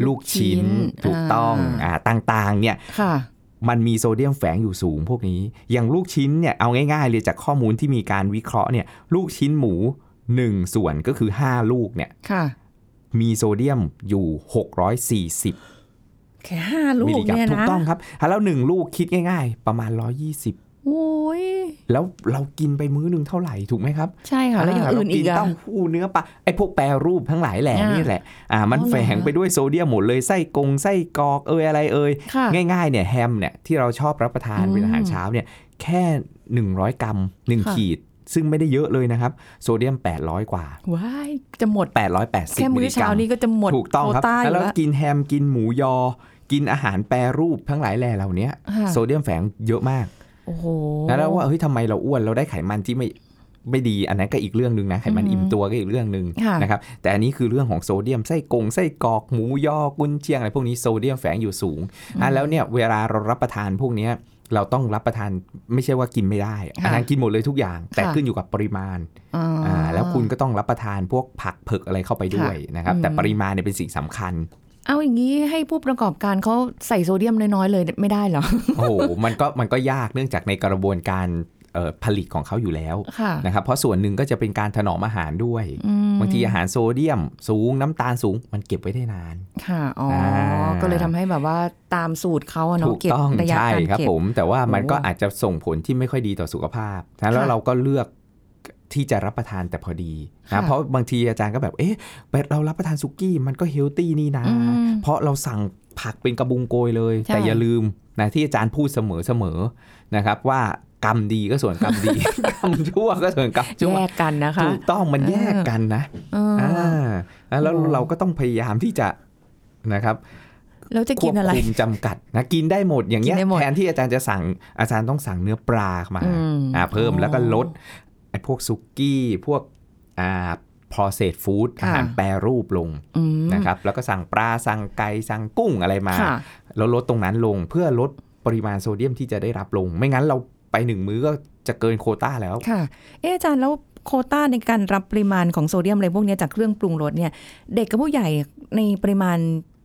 Speaker 3: ลูกชิ้น
Speaker 2: ลูกชิ้น
Speaker 3: ถูกต้อง
Speaker 2: อ่า
Speaker 3: อ่าต่างๆเนี่ย
Speaker 2: ค่ะ
Speaker 3: มันมีโซเดียมแฝงอยู่สูงพวกนี้ อย่างลูกชิ้นเนี่ยเอาง่ายๆเลยจากข้อมูลที่มีการวิเคราะห์เนี่ยลูกชิ้นหมู 1 ส่วนก็คือ 5 ลูกเนี่ย
Speaker 2: ค่ะ
Speaker 3: มีโซเดียมอยู่ 640
Speaker 2: แค่ห้าลู
Speaker 3: มิล
Speaker 2: ก
Speaker 3: ลิกรัม
Speaker 2: เนี่ย
Speaker 3: ถูก
Speaker 2: นะ
Speaker 3: ต้องครับแล้ว 1 ลูกคิดง่ายๆ ประมาณ 120
Speaker 2: โอ้ย
Speaker 3: แล้วเรากินไปมื้อหนึงเท่าไหร่ถูกไหมครับ
Speaker 2: ใช่ค่ะแล้วอย่างอื่นอีก
Speaker 3: เรกิน
Speaker 2: อะ
Speaker 3: เต้าหู้เนื้อปลาไอ้พวกแปรรูปทั้งหลายแหล่
Speaker 2: อ่านี่
Speaker 3: นี่แหละอ่ามัน
Speaker 2: อ๋อเหรอ
Speaker 3: แฝงไปด้วยโซเดียมหมดเลยไส้กงไส้กรอกเอยอะไรเอย
Speaker 2: ค่ะ
Speaker 3: ง่ายๆเนี่ยแฮมเนี่ยที่เราชอบรับประทาน
Speaker 2: อืม
Speaker 3: เป็นอาหารเช้าเนี่ยแค่ 100 กรัม
Speaker 2: ค่ะ
Speaker 3: 1 ขีด ซึ่งไม่ได้เยอะเลยนะครับ โซเดียม 800 กว่า
Speaker 2: ว้ายจะหมด แค่
Speaker 3: 880มิ
Speaker 2: มื้อ
Speaker 3: ลลิก
Speaker 2: เช้า
Speaker 3: รัม
Speaker 2: นี้ก็จะหมด
Speaker 3: ถูกต้องครับ
Speaker 2: โวาอยู่
Speaker 3: แล้ว
Speaker 2: แล้ว
Speaker 3: กินแฮมกินหมูยอ กินอาหารแปรรูปทั้งหลายแหล่เหล่าเนี้ย
Speaker 2: ค่ะ
Speaker 3: โซเดียมแฝงเยอะมาก
Speaker 2: โอ้โห
Speaker 3: แล้วว่าเฮ้ยทำไมเราอ้วนเราได้ไขมันที่ไม่ไม่ดีอันนั้นก็อีกเรื่องหนึ่งนะไขมัน
Speaker 2: อือหืออิ่
Speaker 3: อิ่มตัวก็อีกเรื่องหนึ่ง
Speaker 2: ค่ะ
Speaker 3: นะครับแต่อันนี้คือเรื่องของโซเดียมไส้กงไส้กรอกหมูยอกุนเชียงอะไรพวกนี้โซเดียมแฝงอยู่สูงอ่ะแล้วเนี่ยเวลาเรารับประทานพวกเนี้ยเราต้องรับประทานไม่ใช่ว่ากินไม่ได้อาหารกินหมดเลยทุกอย่าง แต่ขึ้นอยู่กับปริมาณ
Speaker 2: อ่า
Speaker 3: อ่าแล้วคุณก็ต้องรับประทานพวกผักเผือกอะไรเข้าไปด้วยนะครับ
Speaker 2: อืม
Speaker 3: แต่ปริมาณเนี่ยเป็นสิ่งสำคัญ
Speaker 2: เอาอย่างนี้ให้ผู้ประกอบการเขาใส่โซเดียมน้อยๆเลยไม่ได้เหรอ
Speaker 3: โอ้โหมันก็มันก็ยากเนื่องจากในกระบวนการเอ่อผลิตของเขาอยู่แล้ว
Speaker 2: ค่ะ
Speaker 3: นะครับเพราะส่วนหนึ่งก็จะเป็นการถนอมอาหารด้วย
Speaker 2: อืม
Speaker 3: บางทีอาหารโซเดียมสูงน้ำตาลสูง มันเก็บไว้ได้นาน
Speaker 2: ค่ะอ๋ออา ก็เลยทำให้แบบว่าตามสูตรเขาอะเนาะ
Speaker 3: ถูก
Speaker 2: เก็บ
Speaker 3: ต้อง
Speaker 2: ระยะ
Speaker 3: ใช่
Speaker 2: การ
Speaker 3: ครับ
Speaker 2: เก็บ
Speaker 3: ผม แต่ว่ามัน
Speaker 2: โอ้
Speaker 3: ก็อาจจะส่งผลที่ไม่ค่อยดีต่อสุขภาพนะแล้ว
Speaker 2: ค่ะ
Speaker 3: เราก็เลือกที่จะรับประทานแต่พอดีนะ
Speaker 2: ค่ะ
Speaker 3: เพราะบางทีอาจารย์ก็แบบเอ๊ะเรารับประทานสุกี้มันก็เฮลตี้นี่นะ
Speaker 2: อืม
Speaker 3: เพราะเราสั่งผักเป็นกระบุงโกยเลย
Speaker 2: ใช่
Speaker 3: แต่อย่าลืมนะที่อาจารย์พูดเสมอเสมอๆนะครับว่ากรรมดีก็ส่วนกรรมดี กรรมชั่วก็ส่วนกรรมชั่ว
Speaker 2: แยกกันนะคะ
Speaker 3: ถูกต้องมันแยกกันนะ
Speaker 2: เอออ
Speaker 3: อ่าแล้วแล้ว
Speaker 2: โอ้
Speaker 3: เราก็ต้องพยายามที่จะนะครับ
Speaker 2: แล้วจะ
Speaker 3: ค
Speaker 2: กิ
Speaker 3: วน บ
Speaker 2: อะไร
Speaker 3: คุมจำกัดนะกินได้หมดอย่างเงี้ย
Speaker 2: กินได้หมด
Speaker 3: แทนที่อาจารย์จะสั่งอาจารย์ต้องสั่งเนื้อปลามา
Speaker 2: อืม
Speaker 3: อ่าเพิ่ม
Speaker 2: อ๋อ
Speaker 3: แล้วก็ลดไอ้พวกซุกี้พวกอ่า processed food
Speaker 2: ค่ะ
Speaker 3: อาหารแปรรูปลง
Speaker 2: อืม
Speaker 3: นะครับแล้วก็สั่งปลาสั่งไก่สั่งกุ้งอะไรมา
Speaker 2: ค่ะ
Speaker 3: แล้วลดตรงนั้นลงเพื่อลดปริมาณโซเดียมที่จะได้รับลง ไม่งั้นเราไปหนึ่งมื้อก็จะเกินโควต้าแล้ว
Speaker 2: ค่ะ เอะอาจารย์แล้วโควต้าในการรับปริมาณของโซเดียมอะไรพวกเนี้ยจากเครื่องปรุงรสเนี่ย เด็กกับผู้ใหญ่ในปริมาณ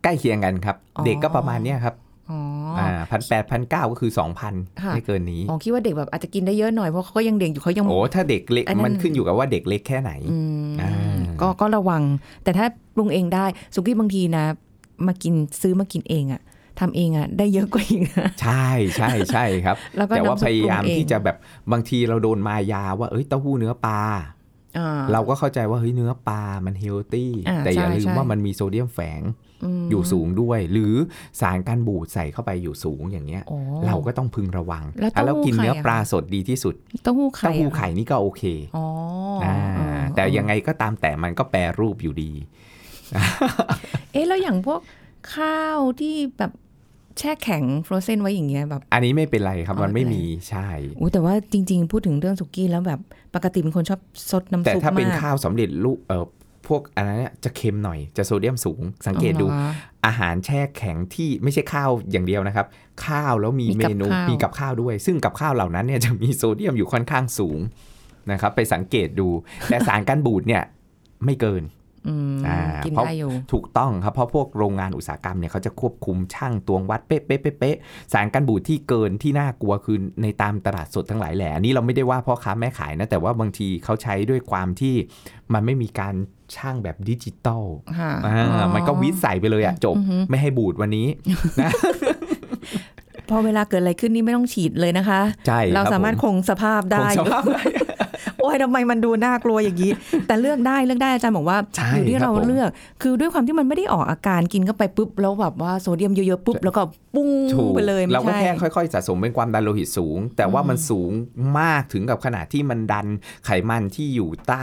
Speaker 3: ใกล้เคียงกันครับ
Speaker 2: อ๋อ
Speaker 3: เด็กก็ประมาณเนี้ยครับ
Speaker 2: อ๋ออ
Speaker 3: อ่าพันแปดพันเก้าก็คือสองพัน
Speaker 2: ค่ะ
Speaker 3: ไม่เกินนี้
Speaker 2: อ๋อคิดว่าเด็กแบบอาจจะกินได้เยอะหน่อยเพราะเขาก็ยังเด็กอยู่เขายัง
Speaker 3: โอ้ถ้าเด็กเล็ก
Speaker 2: อันนั้น
Speaker 3: มันขึ้นอยู่กับว่าเด็กเล็กแค่ไหน
Speaker 2: อืม
Speaker 3: อ่า
Speaker 2: ก็ก็ระวัง แต่ถ้าปรุงเองได้สุกี้บางทีนะ มากินซื้อมากินเองอะทำเองอะได้เยอะกว่าอีกนะ
Speaker 3: ใช่ใช่ใช่ครับ
Speaker 2: แล้วก็
Speaker 3: แต่ว่า
Speaker 2: น้ำซุ
Speaker 3: พ
Speaker 2: ปปรุง
Speaker 3: ยายาม
Speaker 2: เอง
Speaker 3: ที่จะแบบบางทีเราโดนมายาว่าเอ้ยเต้าหู้เนื้อปลา
Speaker 2: อ่
Speaker 3: เราก็เข้าใจว่าเฮ้ยเนื้อปลามันเฮลตี้
Speaker 2: อ่า
Speaker 3: แต่อย่า
Speaker 2: ใช่
Speaker 3: ลืม
Speaker 2: ใช่
Speaker 3: ว่ามันมีโซเดียมแฝง
Speaker 2: ม
Speaker 3: อยู่สูงด้วย หรือสารการบูดใส่เข้าไปอยู่สูงอย่างเงี้ย
Speaker 2: โอ้
Speaker 3: เราก็ต้องพึงระวัง
Speaker 2: แล้ว
Speaker 3: อ่ะ
Speaker 2: เต้าหู้
Speaker 3: กินเนื้อ
Speaker 2: ไข่อะ
Speaker 3: ปลาสดดีที่สุด
Speaker 2: เต้าหู้ไข่
Speaker 3: เต้าหู้
Speaker 2: อะ
Speaker 3: ไข่นี่ก็โอเค
Speaker 2: อ๋ออา เออ
Speaker 3: แต่
Speaker 2: เออ
Speaker 3: ยังไงก็ตามแต่มันก็แปรรูปอยู่ดี
Speaker 2: เอ๊ะแล้วอย่างพวกข้าวที่แบบแช่แข็งฟรอเซนไว้อย่างเงี้ยแบบ
Speaker 3: อันนี้ไม่เป็นไรครับ
Speaker 2: อ๋อ
Speaker 3: มันไม่
Speaker 2: ไม่เป็นไร
Speaker 3: มีใช่
Speaker 2: อู้แต่ว่าจริง ๆ พูดถึงเรื่องสุกี้แล้วแบบปกติเป็นคนชอบซดน้ำ
Speaker 3: แต่
Speaker 2: ซุปมาก
Speaker 3: ถ้าเป็นข้าวสำเร็จรูปเอ่อพวกอันนั้นเนี่ยจะเค็มหน่อยจะโซเดียมสูง สังเกตดู
Speaker 2: อาหรอคะ
Speaker 3: อาหารแช่แข็งที่ไม่ใช่ข้าวอย่างเดียวนะครับ ข้าวแล้วมี
Speaker 2: มี
Speaker 3: เม
Speaker 2: กับ
Speaker 3: นู
Speaker 2: ข้าว
Speaker 3: มีกับข้าวด้วย ซึ่งกับข้าวเหล่านั้นเนี่ยจะมีโซเดียมอยู่ค่อนข้างสูงนะครับ ไปสังเกตดู แต่สารกันบูดเนี่ยไม่เกิน
Speaker 2: อืม
Speaker 3: อ่า
Speaker 2: กิน
Speaker 3: เพราะ
Speaker 2: ได้อยู่
Speaker 3: ถูกต้องครับ เพราะพวกโรงงานอุตสาหกรรมเนี่ยเขาจะควบคุมช่างตวงวัดเป๊ะเป๊ะเป๊ะเป๊ะสารกันบูดที่เกินที่น่ากลัวคือในตามตลาดสดทั้งหลายแหล่อันนี้เราไม่ได้ว่าพ่อค้าแม่ขายนะ แต่ว่าบางทีเขาใช้ด้วยความที่มันไม่มีการช่างแบบดิจิตอล
Speaker 2: ค่ะ
Speaker 3: อ่า
Speaker 2: อ๋อ
Speaker 3: มันก็วิทย์ใส่ไปเลยอะจบ
Speaker 2: อือหือ
Speaker 3: ไม่ให้บูดวันนี้
Speaker 2: พอเวลาเกิดอะไรขึ้นนี่ไม่ต้องฉีดเลยนะคะ
Speaker 3: ใช่
Speaker 2: เรา
Speaker 3: คบ
Speaker 2: สามารถ
Speaker 3: ผ
Speaker 2: คงสภาพ
Speaker 3: ค
Speaker 2: ได้
Speaker 3: งสภาพได้
Speaker 2: โอ้ยทำไมมันดูน่ากลัวอย่างนี้ แต่เลือกได้เลือกได้อาจารย์บอกว่า
Speaker 3: ใช่
Speaker 2: อยู่ที่
Speaker 3: ครับ
Speaker 2: เรา
Speaker 3: ผม
Speaker 2: เลือก คือด้วยความที่มันไม่ได้ออกอาการกินเข้าไปปุ๊บแล้วแบบว่าโซเดียมเยอะๆปุ๊บแล้วก็ปุ้ง
Speaker 3: ถูก
Speaker 2: ไปเลยไม่
Speaker 3: เราก็
Speaker 2: ใช่
Speaker 3: แค่ค่อยๆ สะสมเป็นความดันโลหิตสูง แต่ว่ามันสูงมากถึงกับขนาดที่มันดันไขมันที่อยู่ใต้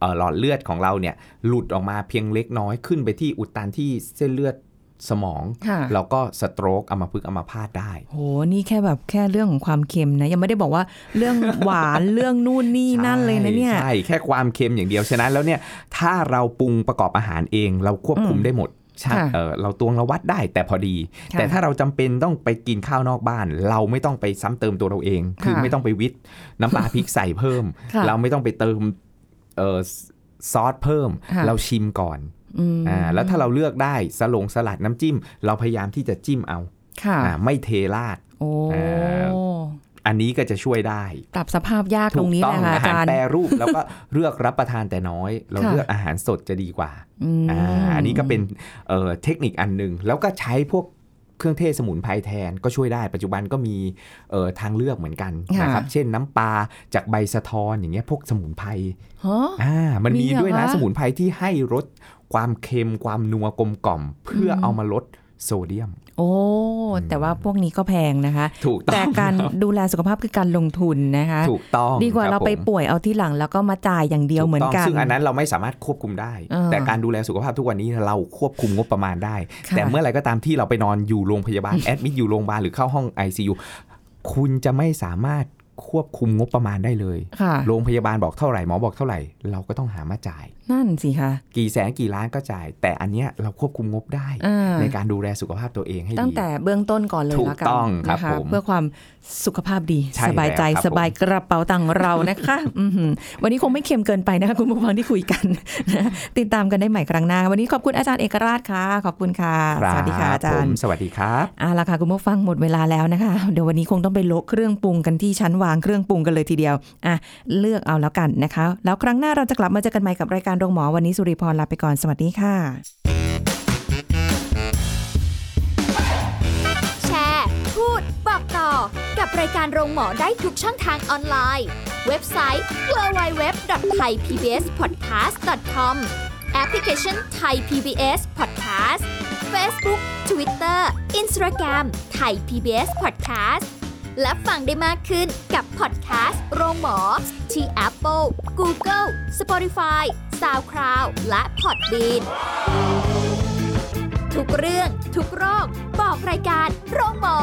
Speaker 3: เอ่อหลอดเลือดของเราเนี่ย หลุดออกมาเพียงเล็กน้อยขึ้นไปที่อุดตันที่เส้นเลือดสมอง
Speaker 2: ค่ะ
Speaker 3: แล้วก็สโตรกอัมพฤกษ์อัมพาตได้
Speaker 2: โหนี่แค่แบบแค่เรื่องของความเค็มนะ ยังไม่ได้บอกว่าเรื่องหวาน เรื่องนู่นนี่นั่นเลยนะเนี่ย
Speaker 3: ใช่ใช่แค่ความเค็มอย่างเดียวฉะนั้นแล้วเนี่ยถ้าเราปรุงประกอบอาหารเองเราควบคุมได้หมดใช่
Speaker 2: ค่ะ
Speaker 3: เออเราตวงเราวัดได้แต่พอดี
Speaker 2: ค่ะ
Speaker 3: แต่ถ้าเราจำเป็นต้องไปกินข้าวนอกบ้าน เราไม่ต้องไปซ้ำเติมตัวเราเอง
Speaker 2: ค่ะ
Speaker 3: คือไม่ต้องไปวิทย์น้ำปลาพริกใส่เพิ่ม
Speaker 2: ค่ะ
Speaker 3: เราไม่ต้องไปเติมเออ ซอสเพิ่ม
Speaker 2: ค่ะ
Speaker 3: เราชิมก่อน
Speaker 2: อืม
Speaker 3: อ่าแล้วถ้าเราเลือกได้สลงสลัดน้ำจิ้ม เราพยายามที่จะจิ้มเอา
Speaker 2: ค่ะ
Speaker 3: อ่าไม่เทราด
Speaker 2: โอ้
Speaker 3: อ่า อันนี้ก็จะช่วยได้
Speaker 2: ปรับสภาพยากต
Speaker 3: ถู
Speaker 2: ร
Speaker 3: ก
Speaker 2: งนี้
Speaker 3: ต้
Speaker 2: แห
Speaker 3: อง
Speaker 2: ละค่ะ
Speaker 3: อา
Speaker 2: อา
Speaker 3: หาร
Speaker 2: จารย์
Speaker 3: แปรรูป แล้วก็เลือกรับประทานแต่น้อย เรา
Speaker 2: ค่ะ
Speaker 3: เลือกอาหารสดจะดีกว่า
Speaker 2: มา
Speaker 3: อันนี้ก็เป็นเอ่อเทคนิคอันหนึ่งแล้วก็ใช้พวกเครื่องเทศสมุนไพรแทนก็ช่วยได้ปัจจุบันก็มีเอ่อทางเลือกเหมือนกันนะครับเช่นน้ำปลาจากใบสะทอนอย่างเงี้ยพวกสมุนไพร
Speaker 2: ฮะ
Speaker 3: อ่ามัน
Speaker 2: มี
Speaker 3: มี
Speaker 2: เหรอ
Speaker 3: ด้วยนะ
Speaker 2: คะ
Speaker 3: สมุนไพรที่ให้รสความเค็มความนัวกลมกล่อม เพื่อเอามาลดโซเดียม
Speaker 2: โอ้ แต่ว่าพวกนี้ก็แพงนะคะ
Speaker 3: ถูกต้
Speaker 2: แต่
Speaker 3: อง
Speaker 2: การดูแลสุขภาพคือการลงทุนนะคะ
Speaker 3: ถูกต้อง
Speaker 2: ดีกว่า
Speaker 3: คบ
Speaker 2: เราไป
Speaker 3: ผม
Speaker 2: ป่วยเอาที่หลังแล้วก็มาจ่ายอย่างเดียวเหมือนกัน
Speaker 3: ถูต้องซึ่งอันนั้นเราไม่สามารถควบคุมได้
Speaker 2: อ่า
Speaker 3: แต่การดูแลสุขภาพทุกวันนี้เราควบคุมงบประมาณได้
Speaker 2: ค่ะ
Speaker 3: แต่เมื่อไหร่ก็ตามที่เราไปนอนอยู่โรงพยาบาล แอดมิดอยู่โรงพยาบาลหรือเข้าห้อง ICU คุณจะไม่สามารถควบคุมงบประมาณได้เลย
Speaker 2: ค่ะ
Speaker 3: โรงพยาบาลบอกเท่าไหร่หมอบอกเท่าไหร่เราก็ต้องหามาจ่าย
Speaker 2: นั่นสิคะ
Speaker 3: กี่แสนกี่ล้านก็จ่าย แต่อันเนี้ยเราควบคุมงบได้
Speaker 2: อ่า
Speaker 3: ในการดูแลสุขภาพตัวเองให้ดี
Speaker 2: ตั้งแต่เบื้องต้นก่อนเลย
Speaker 3: ถูก
Speaker 2: ละกัน
Speaker 3: ต้องครับ
Speaker 2: นะคะ
Speaker 3: ผม
Speaker 2: เพื่อความสุขภาพดี
Speaker 3: ใช่
Speaker 2: สบายใจ
Speaker 3: แล้วครับ
Speaker 2: สบายกระเป๋าตังค์เรานะคะ อื้อหือวันนี้คงไม่เค็มเกินไปนะคะคุณผู้ฟังที่คุยกัน นะติดตามกันได้ใหม่ครั้งหน้า วันนี้ขอบคุณอาจารย์เอกราชค่ะ ขอบคุณค่ะ
Speaker 3: รับ
Speaker 2: สวัสดีค่ะอาจา
Speaker 3: ผ
Speaker 2: ร
Speaker 3: ม
Speaker 2: ย์
Speaker 3: สวัสดีครับ
Speaker 2: เอาละค่ะคุณผู้ฟังหมดเวลาแล้วนะคะ เดี๋ยววันนี้คงต้องไปโละเครื่องปรุงกันที่ชั้นวางเครื่องปรุงกันเลยทีเดียวอ่ะเลือกเอาแล้วกันนะคะ แล้วครั้งหน้าเราจะกลับมาเจอกันใหม่กับรายการโรงหมอวันนี้สุริพรลาไปก่อนสวัสดีค่ะ
Speaker 1: แชร์ พูด บอกต่อ กับรายการโรงหมอได้ทุกช่องทางออนไลน์ เว็บไซต์ www.thaipbspodcast.com แอปพลิเคชัน Thai PBS Podcast Facebook Twitter Instagram Thai PBS Podcast และฟังได้มากขึ้นกับพอดแคสต์โรงหมอ ที่ Apple, Google, Spotify, SoundCloud และ Podbean ทุกเรื่องทุกโรค บอกรายการโรงหมอ